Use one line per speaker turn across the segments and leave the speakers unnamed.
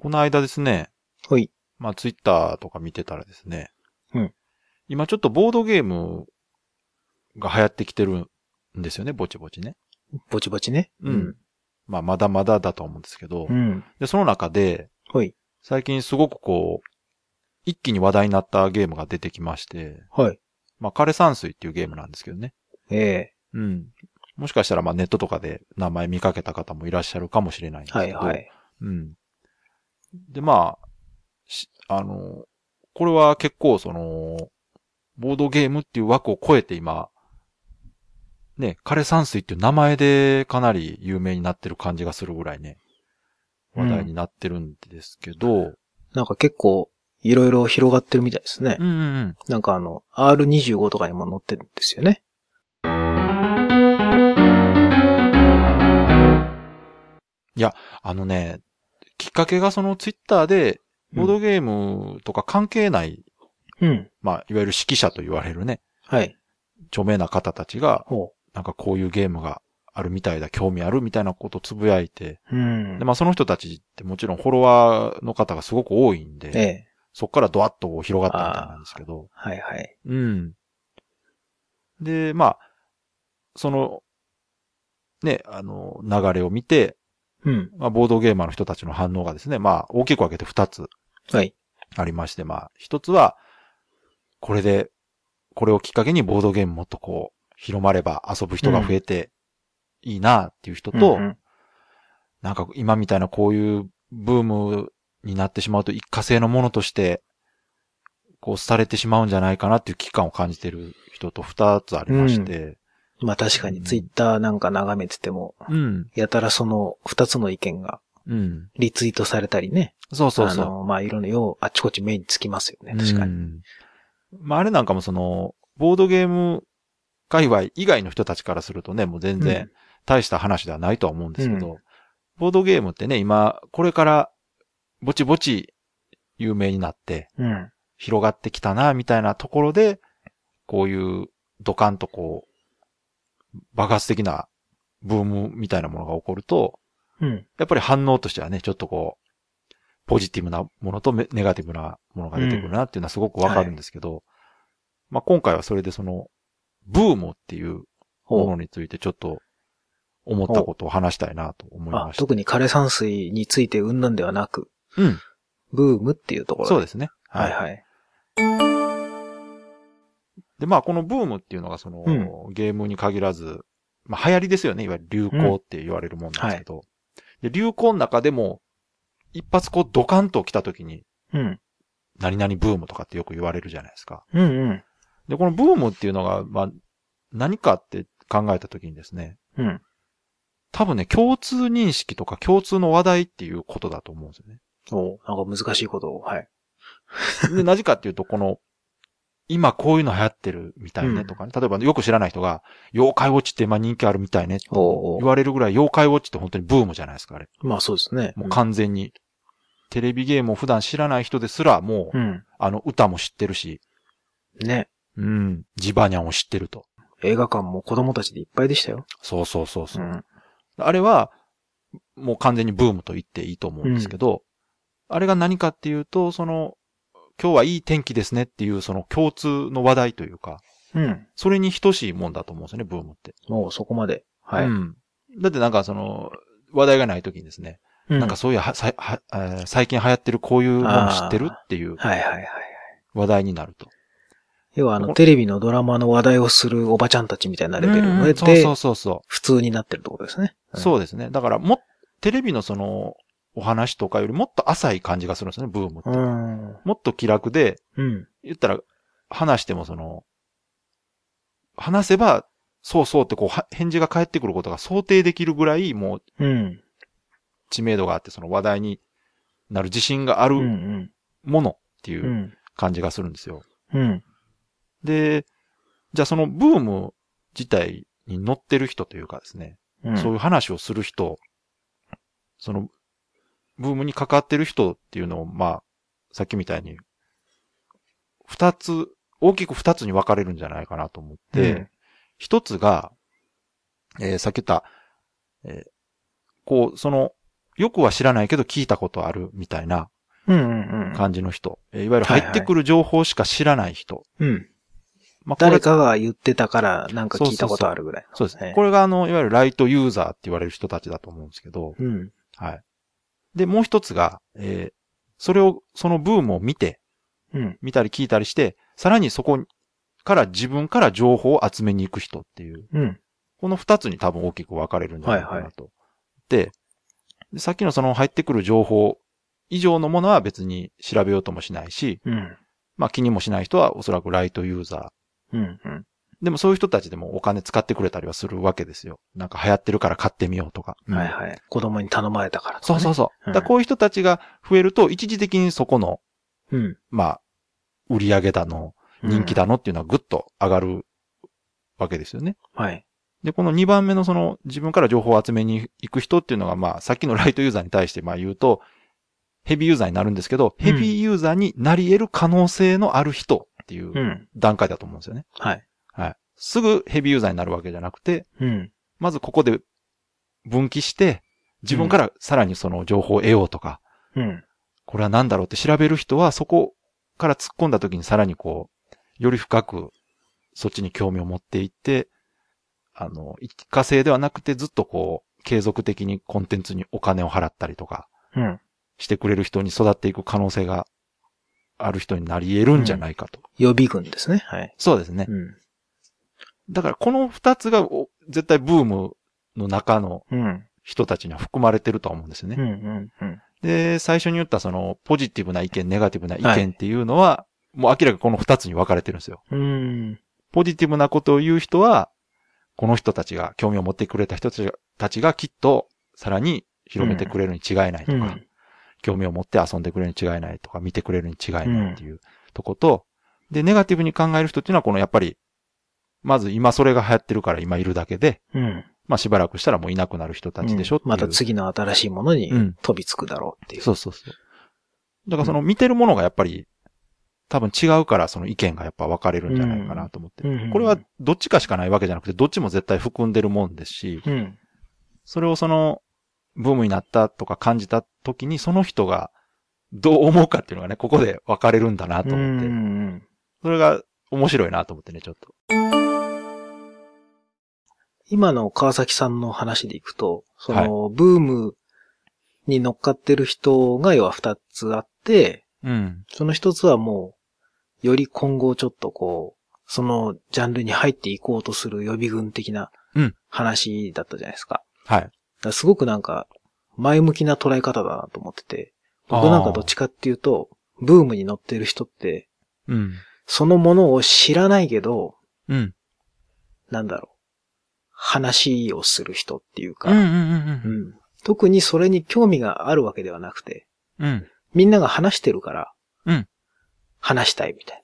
この間ですね、
はい。
まあツイッターとか見てたらですね、
うん
今ちょっとボードゲームが流行ってきてるんですよね、ぼちぼちね。
ぼちぼちね。
うん。まあまだまだだと思うんですけど、
うん。
で、その中で、
はい。
最近すごくこう、一気に話題になったゲームが出てきまして、
はい。
まあ枯山水っていうゲームなんですけどね。
ええ
うん。もしかしたらまあネットとかで名前見かけた方もいらっしゃるかもしれないんですけど、
はいはい。
うん。で、まあ、しあの、これは結構その、ボードゲームっていう枠を超えて今、ね、枯山水っていう名前でかなり有名になってる感じがするぐらいね、話題になってるんですけど、
なんか結構、いろいろ広がってるみたいですね
う。ん、うんうん
なんかあの、R25 とかにも載ってるんですよね。
あのね、きっかけがそのツイッターで、ボードゲームとか関係ない、
うん。
まあ、いわゆる指揮者と言われるね、
はい。
著名な方たちが、
ほ
なんかこういうゲームがあるみたいだ、興味あるみたいなことをつぶやいて、
う。うん。
で、まあその人たちってもちろんフォロワーの方がすごく多いん
え
で、
え
そこからドワッと広がったみたいなんですけど、
はいはい。
うん。で、まあ、その、ね、あの、流れを見て、
うん。
まあ、ボードゲーマーの人たちの反応がですね、まあ、大きく分けて2つ
はい。
ありまして、まあ、1つは、これで、これをきっかけにボードゲームもっとこう、広まれば遊ぶ人が増えていいなっていう人と、
うんうん
なんか今みたいなこういうブームになってしまうと一過性のものとして、こう、廃れてしまうんじゃないかなっていう危機感を感じてる人と二つありまして、
まあ確かにツイッターなんか眺めてても、
うん、
やたらその二つの意見が
うん。
リツイートされたりね。
そうそうそ
あ
う。
の、まあいろんな、よう、あっちこっち目につきますよね。確か
う
に。
んまあ、あれなんかもその、ボードゲーム界隈以外の人たちからするとね、もう全然大した話ではないとは思うんですけど、
う
ボードゲームってね、今、これから、ぼちぼち有名になって、
うん。
広がってきたな、みたいなところで、こういうドカンとこう、爆発的なブームみたいなものが起こると、
うん。
やっぱり反応としてはね、ちょっとこう、ポジティブなものとめネガティブなものが出てくるなっていうのはすごくわかるんですけど、まあ今回はそれでその、ブームっていうも
ほ。
のについてちょっと思ったことを話したいなと思いう
あ
ま、した。
特に枯山水について云々ではなく、
うん。
ブームっていうところ
そう
で
ですね。
はいはい。
で、まあ、このブームっていうのが、その、
う
ゲームに限らず、まあ、流行りですよね。いわゆる流行って言われるもんなんですけど。で流行の中でも、一発こう、ドカンと来た時に、
うん。
何々ブームとかってよく言われるじゃないですか。
うんうん。
で、このブームっていうのが、まあ、何かって考えた時にですね、
うん。
多分ね、共通認識とか共通の話題っていうことだと思うんですよね。
おうなんか難しいことを、はい。
で、なぜかっていうと、この、今こういうの流行ってるみたいねとかね。例えばねよく知らない人が、妖怪ウォッチって今人気あるみたいねって
おうおう
言われるぐらい妖怪ウォッチって本当にブームじゃないですか、あれ。
まあそうですね。
もう完全に。テレビゲームを普段知らない人ですら、もう、
うん。
あの歌も知ってるし、
ね。
うん、ジバニャンを知ってると。
映画館も子供たちでいっぱいでしたよ。
そうそうそうそうう。
ん。
あれは、もう完全にブームと言っていいと思うんですけど、あれが何かっていうと、その、今日はいい天気ですねっていう、その共通の話題というか、
うん。
それに等しいもんだと思うんですよね、ブームって。
もうそこまで。はい。
うんだってなんかその、話題がない時にですね、
う
なんか、そういうはさいはえー最近流行ってるこういうもの知ってるっていう
はいはいはい。
話題になると。
要はあの、テレビのドラマの話題をするおばちゃんたちみたいになれてる
うん
の
う
で、
んそうそう
で、
そうそ
普通になってるってことですね。
う。
ん
そうですね。だからも、テレビのその、お話とかよりもっと浅い感じがするんですよね、ブームって。
うん。
もっと気楽で、
うん。
言ったら、話してもその、話せば、そうそうってこうは、返事が返ってくることが想定できるぐらい、もう
うん。
知名度があって、その話題になる自信があ
うん。う
る
ん。。
ものっていううん感じがするんですよ。
うん。
で、じゃあそのブーム自体に乗ってる人というかですね、
うん。
そういう話をする人、その、ブームに関わってる人っていうのを、まあ、さっきみたいに、二つ、大きく二つに分かれるんじゃないかなと思って、
うん
一つが、えーさっき言った、えーこう、その、よくは知らないけど聞いたことあるみたいな
うんうん
感じの人。えーいわゆる入ってくる情報しか知らない人。
うん。うん。
まあこれ
誰かが言ってたから、なんか聞いたことあるぐらい。
そうですね
ね。
これがあの、いわゆるライトユーザーって言われる人たちだと思うんですけど、
うん。
はい。で、もう一つが、えーそれを、そのブームを見て、
うん。
見たり聞いたりして、さらにそこから自分から情報を集めに行く人っていう、
うん。
この二つに多分大きく分かれるんじゃないかなと。でで、さっきのその入ってくる情報以上のものは別に調べようともしないし、
うん。
まあ気にもしない人はおそらくライトユーザー。
うん。うん。
でもそういう人たちでもお金使ってくれたりはするわけですよ。なんか流行ってるから買ってみようとか。
はいはい。子供に頼まれたからとか
そう
ね。
そうそう。
うん
だからこういう人たちが増えると、一時的にそこの、
う。うん。
まあ、売り上げだの、人気だのっていうのはぐっと上がるわけですよね。
うん。はい。
で、この2番目のその自分から情報を集めに行く人っていうのが、まあ、さっきのライトユーザーに対してまあ言うと、ヘビーユーザーになるんですけど、
うん。
ヘビーユーザーになり得る可能性のある人っていううん段階だと思うんですよね。
はい。
はい。すぐヘビーユーザーになるわけじゃなくて、
うん。
まずここで分岐して、自分からさらにその情報を得ようとか、
うん。
これは何だろうって調べる人は、そこから突っ込んだ時にさらにこう、より深く、そっちに興味を持っていって、あの、一過性ではなくてずっとこう、継続的にコンテンツにお金を払ったりとか
うん。
してくれる人に育っていく可能性がある人になり得るんじゃないかと。
予備軍ですね。はい。
そうですね。
うん。
だからこの二つがお絶対ブームの中の
うん。
人たちには含まれてるとは思うんですよね
うん。。うん。うん。
で、最初に言ったその、ポジティブな意見、ネガティブな意見っていうのは、もう明らかにこの二つに分かれてるんですよ。
うん。
ポジティブなことを言う人は、この人たちが、興味を持ってくれた人たちがたちがきっと、さらに広めてくれるに違いないとか、
うん。
興味を持って遊んでくれるに違いないとか、見てくれるに違いないっていうとこと、で、ネガティブに考える人っていうのは、このやっぱり、まず今それが流行ってるから今いるだけで、
うん。
まあしばらくしたらもういなくなる人たちでしょっていう、
また次の新しいものに
うん
飛びつくだろうっていう。
そうそうそう。だからその見てるものがやっぱり、多分違うからその意見がやっぱ分かれるんじゃないかなと思って。
うん
これはどっちかしかないわけじゃなくて、どっちも絶対含んでるもんですし、
うん。
それをその、ブームになったとか感じた時に、その人がどう思うかっていうのがね、ここで分かれるんだなと思って
う、ん
それが面白いなと思ってね、ちょっと。
今の川崎さんの話でいくと、その、ブームに乗っかってる人が要は二つあって、
うん。
その一つはもう、より今後ちょっとこう、そのジャンルに入っていこうとする予備軍的な
うん
話だったじゃないですか。
はい。
だからすごくなんか、前向きな捉え方だなと思ってて、僕なんかどっちかっていうと、ブームに乗ってる人って、
うん。
そのものを知らないけど、
うん。
なんだろう、話をする人っていうか、
うんうんうん
うん特にそれに興味があるわけではなくて、
うん。うん。
みんなが話してるから、
うん
話したいみたいな。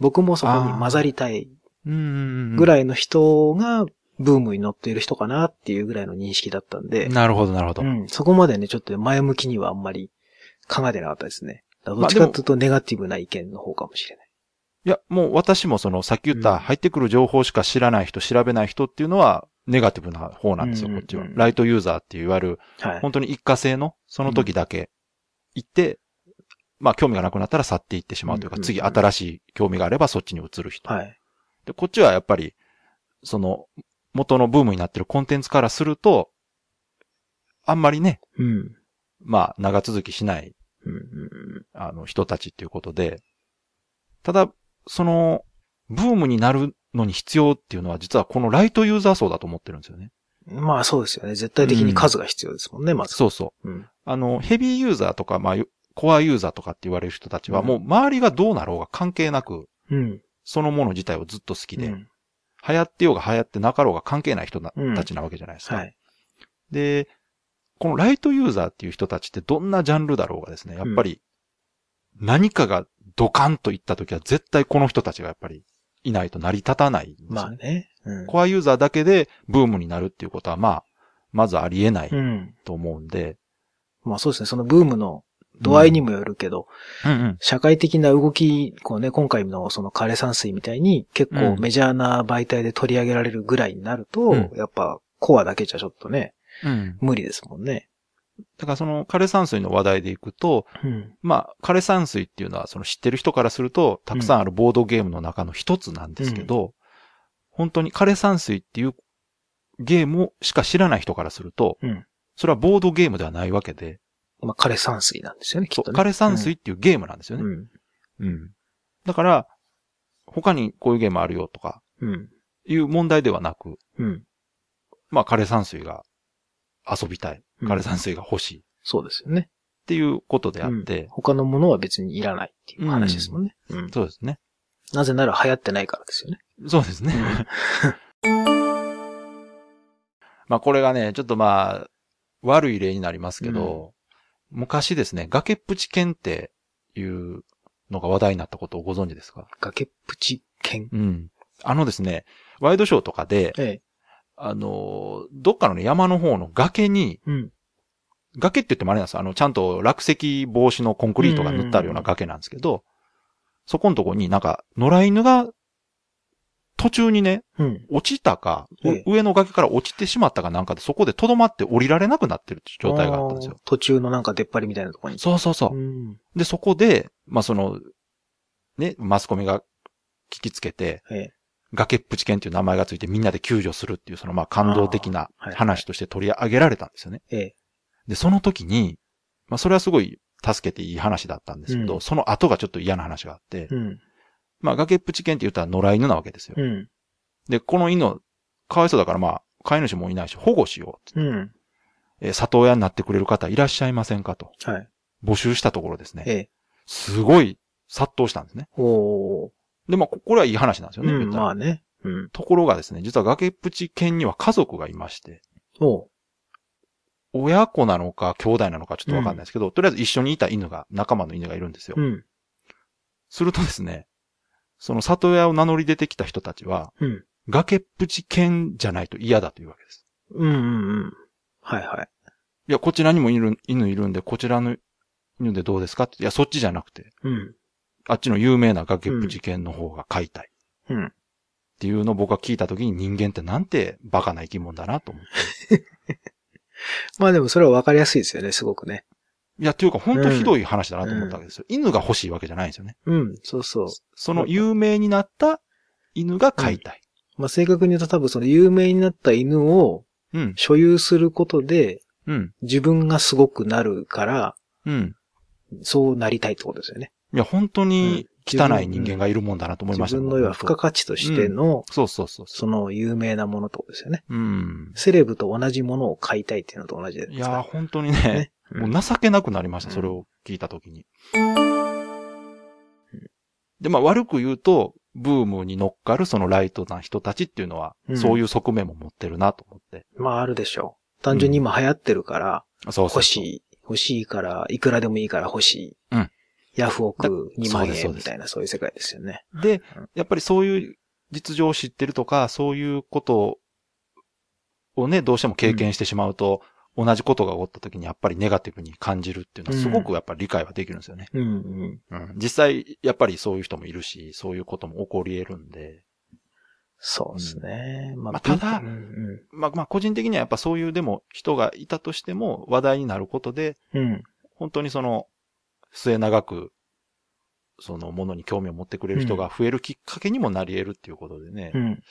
僕もそこに混ざりたい
うんうん。
ぐ
い。
らいの人が、ブームに乗っている人かなっていうぐらいの認識だったんで、
なるほど、なるほど。
うん、そこまでね、ちょっと前向きにはあんまり考えてなかったですね。だからどっちかっていうとネガティブな意見の方かもしれない。
いや、もう私もその、さっき言っ
うん
た、入ってくる情報しか知らない人、調べない人っていうのは、ネガティブな方なんですよ、
うん
こ
うん
っちは
う。ん
ライトユーザーっていういわゆる、
はい。
本当に一過性の、その時だけ、行って、まあ、興味がなくなったら去っていってしまうという
う
か、
んうんうん
次新しい興味があればそっちに移る人。
はい。
で、こっちはやっぱり、その、元のブームになってるコンテンツからすると、あんまりね、
うん。
まあ、長続きしない
うんうん
あの、人たちっていうことで、ただ、その、ブームになるのに必要っていうのは実はこのライトユーザー層だと思ってるんですよね。
うんまあそうですよね。絶対的に数が必要ですもんね、まず。
そうそう。
うん。
あの、ヘビーユーザーとか、まあ、よコアユーザーとかって言われる人たちは、
うん
もう周りがどうなろうが関係なく、
うん。
そのもの自体をずっと好きで、
うん
流行ってようが流行ってなかろうが関係ない人な
うん
たちなわけじゃないですか。
はい。
で、このライトユーザーっていう人たちってどんなジャンルだろうがですね、やっぱり、何かがドカンといった時は絶対この人たちがやっぱりいないと成り立たないんですよね
まあね。うん。
コアユーザーだけでブームになるっていうことは、まあ、まずありえないうと
ん。
思うんで。
まあそうですね。そのブームの度合いに
も。
もよるけど、
うんうん。
社会的な動き、こうね、今回のその枯山水みたいに結
う
構
ん
メジャーな媒体で取り上げられるぐらいになると、
うん
やっぱコアだけじゃちょっとね、
うん。
無理ですもんね。
だからその枯山水の話題でいくと、
うん。
まあ、枯山水っていうのはその知ってる人からすると、たくさんあるボードゲームの中の一つなんですけど、本当に枯山水っていうゲームをしか知らない人からすると、
うん
それはボードゲームではないわけで、
まあ、枯山水なんですよね、きっ
そう
とね。
枯山水っていうゲームなんですよね。
うん。
うんだから、他にこういうゲームあるよとか、
うん。
いう問題ではなく、
うん。
まあ、枯山水が遊びたい。
うん
枯山水が欲しい。っ
そうですよね。
ていうことであって、
他のものは別にいらないっていう話ですもんね。うん。
そうですね。
なぜなら流行ってないからですよね。
そうですね。 まあこれがね、ちょっとまあ、悪い例になりますけど、昔ですね、崖っぷち剣っていうのが話題になったことをご存知ですか
崖っぷち剣。
うん。あのですね、ワイドショーとかで、
ええ。
あの、どっかのね、山の方の崖に、
うん。
崖って言ってもあれなんですよ。あの、ちゃんと落石防止のコンクリートが塗ってあるような崖なんですけど、そこのとこになんか、野良犬が、途中にね、
うん。
落ちたか、う
ええ
上の崖から落ちてしまったかなんかで、そこで留まって降りられなくなってるって状態があったんですよ
あ。ー。途中のなんか出っ張りみたいなところに。
そうそうそう。
ん。
で、そこで、まあ、その、ね、マスコミが聞きつけて、
ええ。
崖っぷち犬っていう名前がついてみんなで救助するっていう、そのまあ感動的な
あーはい
話として取り上げられたんですよね。
ええ。
で、その時に、まあ、それはすごい助けていい話だったんですけど、
うん
その後がちょっと嫌な話があって、
うん。
まあ、崖っぷち犬って言ったら野良犬なわけですよ。
うん。
で、この犬、かわいそうだからまあ、飼い主もいないし、保護しよう。
うん。
えー里親になってくれる方いらっしゃいませんかと、
はい。
募集したところですね。
ええ。
すごい殺到したんですね。
おー。
で、まあ、ここれはいい話なんですよ
う
ね。
ん、
言ったら
まあね。うん。
ところがですね、実は崖っぷち犬には家族がいまして、
おう。
親子なのか兄弟なのかちょっとわかんないですけど、とりあえず一緒にいた犬が、仲間の犬がいるんですよ。
うん。
するとですね、その里親を名乗り出てきた人たちは、
うん。
崖っぷち犬じゃないと嫌だというわけです。
うんうんうん。はいはい。
いや、こちらにも犬犬いるんで、こちらの犬でどうですかって。いや、そっちじゃなくて、
うん。
あっちの有名な崖っぷち犬の方が飼いたい。
うん
っていうのを僕が聞いたときに人間ってなんてバカな生き物だなと思って。
まあでもそれはわかりやすいですよね、すごくね。
いや、というか本当ひどい話だなと思ったわけですよ。犬が欲しいわけじゃないんですよね。
うん、そうそう。
その有名になった犬が飼いたい。
まあ正確に言うと多分その有名になった犬を
うん、
所有することで
うん、
自分がすごくなるから、
うん。
そうなりたいってことですよね。
いや、本当に汚い人間
が
がいるもんだなと思いまし
自
たね。
分の要は付加価値としての、
そうそうそうそ
その有名なものってことですよね。
う。うん。
セレブと同じものを買いたいっていうのと同じですか
いやー、
ら
本当にね、
ね。うん
もう情けなくなりました、
うん
それを聞いたときに。で、まあ悪く言うと、ブームに乗っかるそのライトな人たちっていうのは、
うん
そういう側面も持ってるなと思って。
まああるでしょう。単純に今流行ってるから、
そうそうそう
欲しい。欲しいから、いくらでもいいから欲しい。
うん
ヤフオク
だ
2
そ
万
うですそう
円
で
み
す
たいな、そういう世界ですよね。
で
うん、
やっぱりそういう実情を知ってるとか、そういうことをね、どうしても経験してしまうと、同じことが起こった時にやっぱりネガティブに感じるっていうのはすごくやっぱり理解はできるんですよね。
うんうん。
うん、実際、やっぱりそういう人もいるし、そういうことも起こり得るんで。
そうですね。ま
まあただ
うんう
まあまあ個人的にはやっぱそういうでも人がいたとしても話題になることで、
ん。うん。
本当にその末長く、そのものに興味を持ってくれる人が増えるきっかけにもなり得るっていうことでね
う、ん。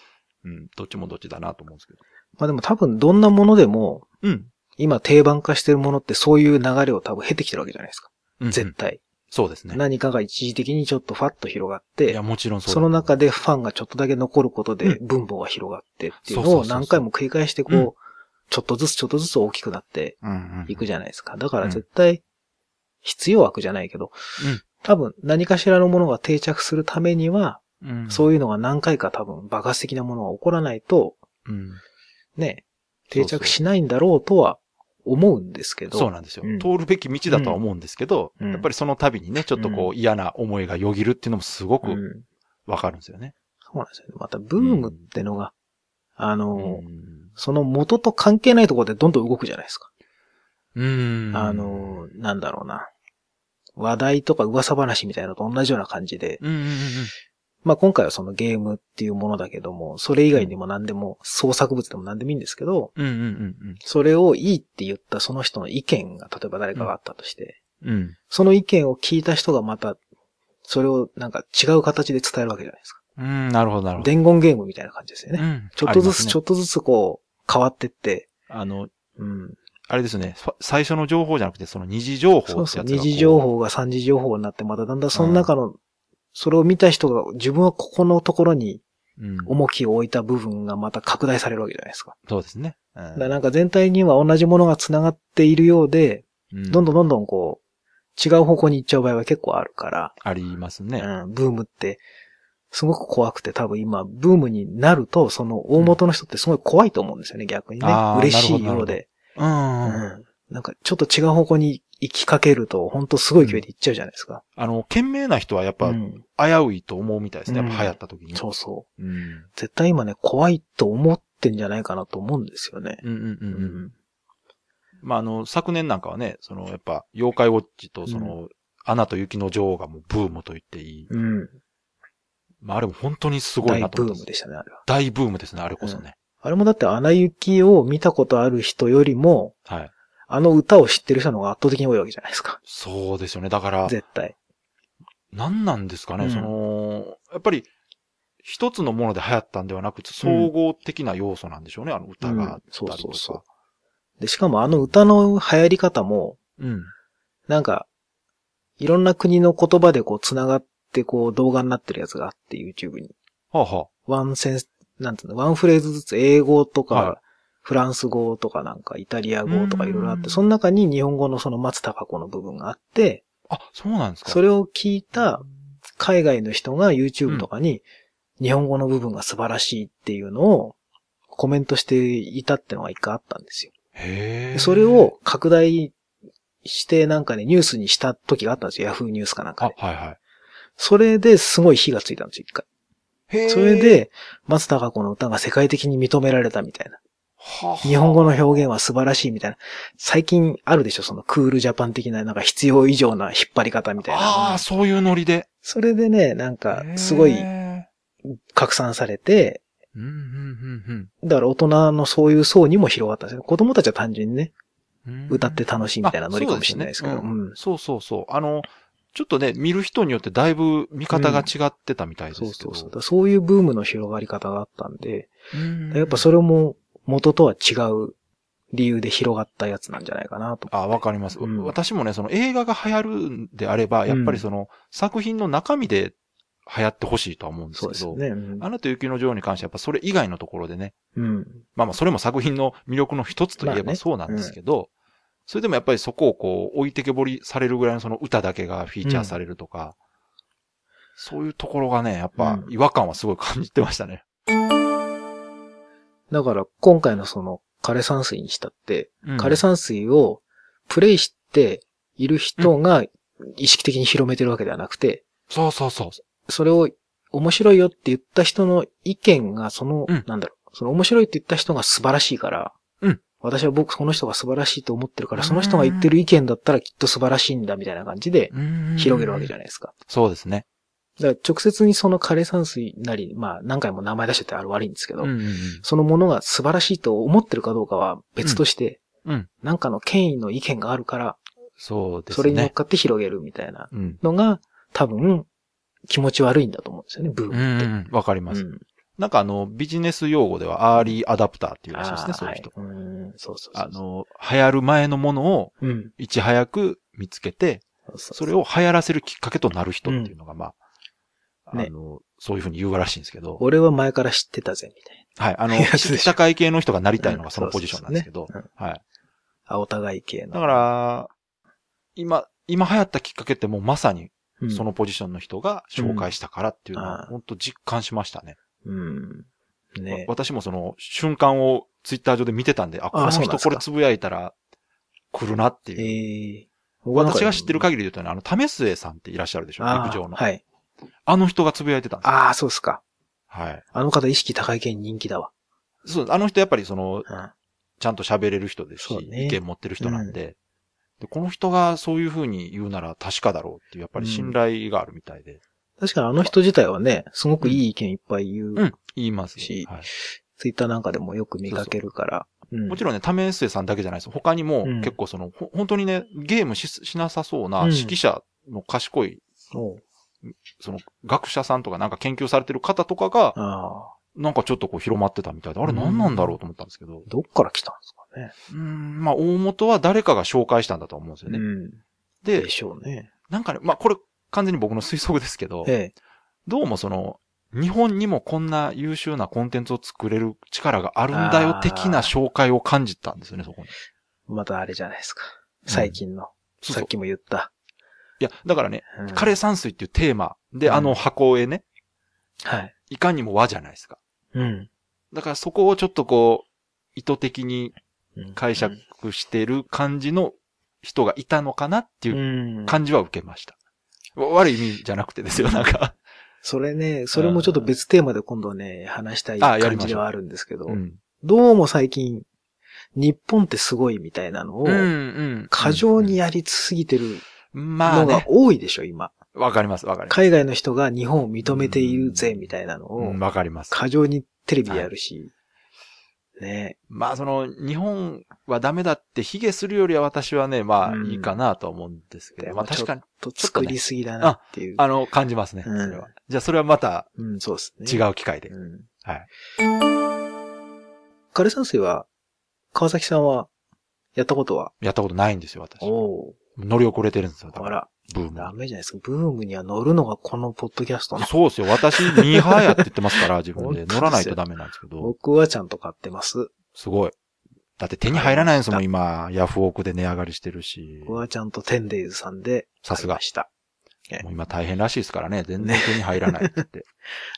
うん、どっちもどっちだなと思うんですけど。
まあでも多分どんなものでも、
うん。
今定番化してるものってそういう流れを多分経てきてるわけじゃないですか。
うん
絶対。
そうですね。
何かが一時的にちょっとファッと広がっ
い
て
や、、もちろんそうだ
その中でファンがちょっとだけ残ることで
う
分母が広がってっていう
そうそう
の
そう
を
そう
何回も繰り返してこ
うん
う、ちょっとずつちょっとずつ大きくなって
うんうん。
いくじゃないですか。だか
う
ら
ん
絶対必要悪じゃないけど
うん、
多分何かしらのものが定着するためには、
うん。う
そういうのが何回か多分爆発的なものが起こらないと、
ん。
ね、
そう
定着しないんだろうとは思うんですけど。
そうなんですよ
う。ん
通るべき道だとは思うんですけど、
うん
やっぱりその度にね、ちょっとこう嫌な思いがよぎるっていうのもすご
う
く
ん
わかるんですよね。
そうなんですよね。またブームってのが、あ
う
の、
ん。
その元と関係ないところでどんどん動くじゃないですか。
うん
あ、の、なんだろうな。話題とか噂話みたいなのと同じような感じで、
うんうんうんうん。
まあ今回はそのゲームっていうものだけども、それ以外にも何でも、創作物でも何でもいいんですけど、
うんうん
それをいいって言ったその人の意見が、例えば誰かがあったとして、
うん。うん。
その意見を聞いた人がまた、それをなんか違う形で伝えるわけじゃないですか。
うん、なるほど、なるほど。
伝言ゲームみたいな感じですよね。
うん
ちょっとずつ、ちょ
っ
っとずつこう、変わってって、
と。あの、
うん。
あれですね、さ最初の情報じゃなくて、その二次情報って
そう
やつ
そ
が
う。
こ
二次情。報が三次情報になって、まただんだんその中の、それを見た人が、自分はここのところに
うん。
重きを置いた部分がまた拡大されるわけじゃないですか。
そうですね。
だからなんか全体には同じものが繋がっているようで、どんどん
ん。
どんどんこう、違う方向に行っちゃう場合は結構あるから、
ありますね。
うん、ブームって、すごく怖くて多分今、ブームになると、その大元の人ってすごい怖いと思うんですよね、逆にね
あ。ー
嬉し
なるほ
い
どなる
よ
ほ
う
ど
で。
うん。
うんなんかちょっと違う方向に行きかけると、本当すごい勢いで行っちゃうじゃないですか。
あの、賢明な人はやっぱ
う
危
ん
ういと思うみたいですね。
うん
やっぱ流行った時に。
そうそう。
うん。うん
絶対今ね、怖いと思ってんじゃないかなと思うんですよね。
うんうんう。
うん
まあ、あの、昨年なんかはね、その、やっぱ、妖怪ウォッチと、その、アナと雪の女王がもうブームと言っていい。
うん。
まあ、あれも本当にすごい
大
なと
ブ
思っ
ー
た
ムでしたね、あれは。
大ブームですね、あれこそね。
あれもだって、アナ雪を見たことある人よりも、
はい。
あの歌を知ってる人の方が圧倒的に多いわけじゃないですか。
そうですよね。だから、
絶対。
何なんですかね、
うん
その、やっぱり、一つのもので流行ったんではなく、総合的な要素なんでしょうね、あの歌があったりと
うん
か。
そうそうそで、しかもあの歌の流行り方も、
うん。
なんか、いろんな国の言葉でこう繋がってこう動画になってるやつがあって、YouTube に。
はあ、は
ワンセンス、なんていうの、ワンフレーズずつ英語とか、
は
フランス語とかなんかイタリア語とかいろいろあっ
うん
て、その中に日本語のその松たか子の部分があって、
あ、あ、そうなんですか。
そ
れ
れを聞いた、海外の人が YouTube とかに、日本語の部分が素晴らしいっていうのをコメントしていたってのが一回あったんですよ。
へ
で
え。
それ、を拡大してなんかね、ニュースにした時があったんですよ。ヤフーニュースかなんか
あ、
で。
はいはい。
それですごい火がついたんですよ、一回。
へ
それ、で、松たか子の歌が世界的に認められたみたいな。日本語
の、
の表現は素晴らしいみたいな。最近あるでしょ、そのクールジャパン的な、なんか必要以上な引っ張り方みたい
ああ、
な。
そういうノリで。
それでね、なんか、すごい
へ
拡散されて、
ーうん、うん、うん、
だから大人のそういう層にも広がったんですよ。子供たちは単純にね、
うん。
歌って楽しいみたいな
あ
ノリかもしれないですけど。
そううねうん
ん。
そうそうそう。あの、ちょっとね、見る人によってだいぶ見方が違ってたみたいですけ
そ
ど。
うそうそう。だからそういうブームの広がり方があったんで、
うん
やっぱそれも元とは違う理由で広がったやつなんじゃないかなと。
あ、わかります。
うん
私もね、その映画が流行るんであれば、やっぱりその作品の中身で流行ってほしいとは思うんです
そう
け
です
ど、
ね。うん
あなた雪の女王に関してはやっぱそれ以外のところでね、
うん。
まあまあそれも作品の魅力の一つといえ
まあ
ば
ね
そうなんですけど、それでもやっぱりそこをこう置いてけぼりされるぐらいのその歌だけがフィーチャーされるとか、そういうところがね、やっぱ
うん
違和感はすごい感じてましたね。
だから今回のその枯山水にしたって、
うん
枯山水をプレイしている人が意識的に広めてるわけではなくて、
そうそうそう。
それを面白いよって言った人の意見がその、
うん
なんだろう、その面白いって言った人が素晴らしいから、
うん
私は僕その人が素晴らしいと思ってるから、
うん
その人が言ってる意見だったらきっと素晴らしいんだみたいな感じで広げるわけじ
ゃん。
ゃないですか。
そうですね。
だから直接にその枯山水なり、まあ何回も名前出しててある悪いんですけど、
うんうんうん
そのものが素晴らしいと思ってるかどうかは別として、
うんうん
なんかの権威の意見があるから、
そうですね。
それに乗っかって広げるみたいな
うん。
のが、多分、気持ち悪いんだと思うんですよね、ブ
う
ー
ん
ムって。
うん、わかります。
うん
なんかあの、ビジネス用語ではアーリーアダプターっていうらしいです
あ
ね、
あ
そういう人。
はいうんそうそうそう。
あ、の、流行る前のものを
うん。
いち早く見つけて、それ
を。
を流行らせるきっかけとなる人っていうのが、まあ、
ね
あの、そういうふうに言うらしいんですけど、
俺は前から知ってたぜ、みたい
はい、あの、
やつでしょ
社会系の人がなりたいのがそのポジションなんですけど
うんそうそう、
はい。
な。あ、お互い系の。
だから、今、今流行ったきっかけってもうまさに
うん、
そのポジションの人が紹介したからっていうの
うんあ
は
あ、
本当実感しましたね。
うん。ね
わ私もその瞬間をツイッター上で見てたんで、あ、この
そうなん
人
ですか
これつぶやいたら来るなっていう。
ええ
私が知ってる限りで言うとね、あの、為末さんっていらっしゃるでしょ、陸上の。
あーはい。
あの人がつぶやいてたんですよ
ああ、そうっすか。
はい。
あの方意識高い系に人気だわ。
そう、あの人やっぱりその、
うん
ちゃんと喋れる人です
そう
し、
ね
意見持ってる人なんで、で、この人がそういう風に言うなら確かだろうっていう、やっぱり信頼があるみたいで。
確かにあの人自体はね、すごくいい意見いっぱい言う、
うん、言いますよ
し
はい
ツイッターなんかでもよく見かけるから。うん
もちろんね、タメエスエさんだけじゃないです。他にも
うん
結構その、ほ本当にね、ゲームししなさそうな
うん
指揮者の賢い、
おう
その学者さんとかなんか研究されてる方とかが、
ああ、
なんかちょっとこう広まってたみたいで、あれ
うん
何なんだろうと思ったんですけど、
どっから来たんですかね。
うーん、まあ大元は誰かが紹介したんだと思うんですよね。
うん。
で
で、しょうね。
なんかね、まあこれ完全に僕の推測ですけど、
ええ。
どうもその、日本にもこんな優秀なコンテンツを作れる力があるんだよ的な紹介を感じたんですよね、そこに。
またあれじゃないですか。最近の。
そう
さ
そう
っきも言った。
いや、だからね、
うん
枯れ山水っていうテーマで、
うん
あの箱絵ね、
はい。
いかにも和じゃないですか。
うん。
だからそこをちょっとこう、意図的に
うん
解釈してる感じの人がいたのかなっていう
うん。
感じは受けました。わ悪い意味じゃなくてですよ、なんか。
それね、それもちょっと別テーマで今度ね、話したい
あやり
感
ましょう
じではあるんですけど
う、ん。
どうも最近、日本ってすごいみたいなのを、
ん
過剰にやりすぎてる
まあ
のが
ね、
多いでしょ、今。
わかります、わかります。
海外の人が日本を認めているぜ、みたいなの
う
を
ん、わかります。
過剰にテレビでやるし、ね
まあその、日本はダメだって卑下するよりは私はね、まあ
うん
いいかなとは思うんですけど、
でも
まあ確かに、
と
ちょっとね
作りすぎだなっていう。
あの、感じますね、そ
うん
れは。じゃあそれはまた
うん、そうですね。
違う機会で。
うん。
はい。
枯山水は、川崎さんは、やったことは、
やったことないんですよ、私。
お
乗り遅れてるんですよ、だ
お、
か
あ
ら。
ら、
ブーム
ダメじゃないですか。ブームには乗るのがこのポッドキャストの。
そうですよ。私、ミーハーやって言ってますから、自分で。
本当で
乗
すよ
らないとダメなんですけど。
僕はちゃんと買ってます。
すごい。だって手に入らないんですもん、今。ヤフオクで値上がりしてるし。
僕
も
はちゃんとテンデイズさんで、
さすが
買いました。
う今大変らしいですからね。全然手に入らないって言 って。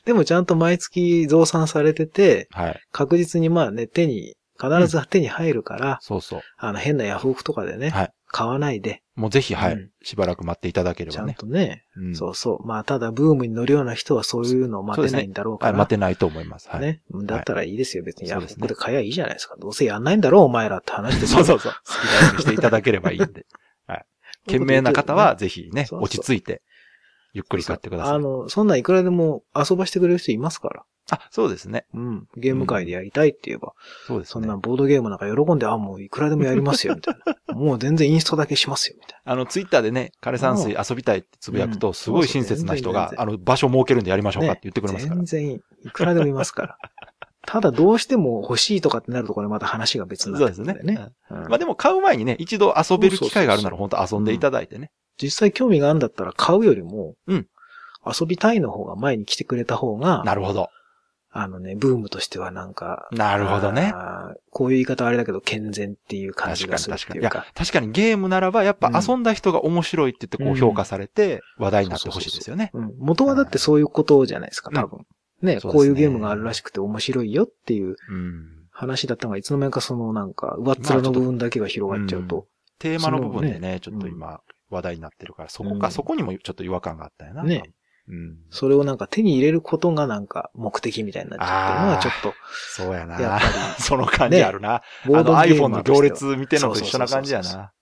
でもちゃんと毎月増産されてて、
はい。
確実にまあね、手に、必ず手に入るから、
そうそう。
あの変なヤフオクとかでね、
はい
買わないで、
もうぜひ、は
う
い
ん。
しばらく待っていただけれ
ち
ば
ゃん
ね。
とね、
うん。
そうそう。まあただブームに乗るような人はそういうのを待てないんだろうか
はい、
ら。
待てないと思います。はい。
ね。だったらいいですよ、別に。
そう
ヤ
で
フ
す
オ
ね
クで買えばいいじゃないですか。どうせやんないんだろう、お前らって話です
そ
よ。
うそうそう。好きなようにしていただければいいん で。
そういう
賢
こと
明
言って
な
るよね
方は、ぜひね、
そうそう
落ち着いて、ゆっくり買ってください
あ。の、そんなんいくらでも遊ばしてくれる人いますから。
あ、そうですね。
うん。ゲーム会でやりたいって言えば、
そうです
そん
ね
な。ボードゲームなんか喜んで、あ、もういくらでもやりますよ、みたい な。もう全然インストだけしますよ、みたい
あの、ツイッターでね、枯山水遊びたいってつぶやく
う
と、
ん
すごい親切な人が、
そうそう全然全然
あの、場所設けるんでやりましょうかって言っ
ね
てくれ
な。
ますから。
全然いい。いくらでもいますから。ただどうしても欲しいとかってなるとこれまた話が別にな
そう
っ
で
てく
す
るんだ
ね
よ。
う
ね。
ん
うん
まあでも買う前にね、一度遊べる機会があるなら
そ
本当遊んでいただいてね。
実際興味があるんだったら買うよりも、
うん
遊びたいの方が前に来てくれた方が、
なるほど。
あのね、ブームとしてはなんか、
なるほどね。
あー。こういう言い方はあれだけど、健全っていう感じ
確か
が
に
す
確
るっ
か
て
に。
い
いうや
か。、
確かにゲームならば、やっぱ
うん
遊んだ人が面白いって言ってこ
う
うん評価されて、話題になってほしいですよね。
うん、元はだってそういうことじゃないですか、多分。ね、
そうですね
こういうゲームがあるらしくて面白いよっていう
うん。
話だったのが、いつの間にかそのなんか、上っ面の部分だけが広がっちゃうと、
テーマの部分で
そ
ね、ちょっと今話題になってるから、そこ
う
か、
ん
そこにもちょっと違和感があったよな。
ね。
うん。
それをなんか手に入れることがなんか目的みたいになっちゃってるのはちょっ
そうやな。
と、やっ ぱ
その感じあるな。
り、ボ
あ
ード
の
ゲー
iPhone
ム
の
とし
行
ては
列見てんのと一緒な感じや
そうそう
な。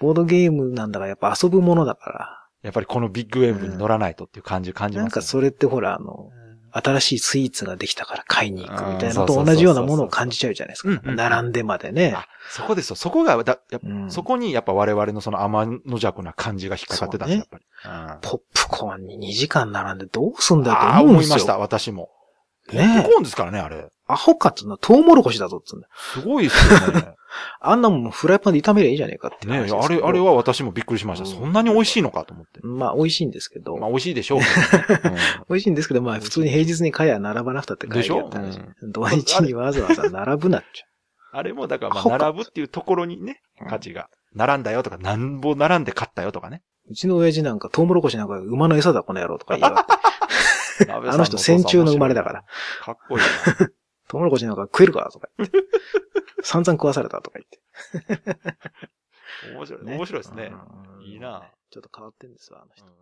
ボードゲームなんだからやっぱ遊ぶものだか
やっぱりこのビッグウェーブに乗らないとっていう感じ感
ら、
じ
なん
ます
か
ね。
それってほら、あの、
うん
新しいスイーツができたから買いに行くみたい
う
なの
んそうそうそうそう
と同じようなものを感じちゃうじゃないです
うんうんう
か。
ん
並んでまでね
あ。そこですよ。そこがだ、やっぱ
うん
そこにやっぱ我々のその天の弱な感じが引っかかってたんですよ、やっぱり。
ポップコーンに2時間並んでどうす
う
ん
ん、
だ
ああ
と
ー、
思うん
思い
ですよ。
ました、私も。ポ
ねえ
ップコーンですからね、あれ。
アホかっつうのはトウモロコシだぞっつうんだよ。
すごいですよ ね。
あんなもんフライパンで炒めりゃいいじゃねえかっていう話
ね
で
え
す
あ
け
れ、
ど
あれ。は私もびっくりしました。
うん
そんなに美味しいのかと思って。
まあ美味しいんですけど。
まあ美味しいでしょうけどね、
美味しいんですけど、まあ普通に平日に買いは並ばなくたって買えるよって話
でしょ
土日にわざわざ並ぶなっちゃ
うんあれもだからま
アホ
あ
か
並ぶっていうところにね、
う。
価値が。並んだよとか、なんぼ並んで買ったよとかね。
うちの親父なんかトウモロコシなんか馬の餌だこの野郎とか言いやがって。あ
あ
の人戦中の生まれだから。。
かっこいいな。
トウモロコシなんか食えるかとか 言って。散々食わされたとか言って。
面白い、
ね
面白いですね。
うん
いいな
ちょっと変わってんですわ、あの人。
うん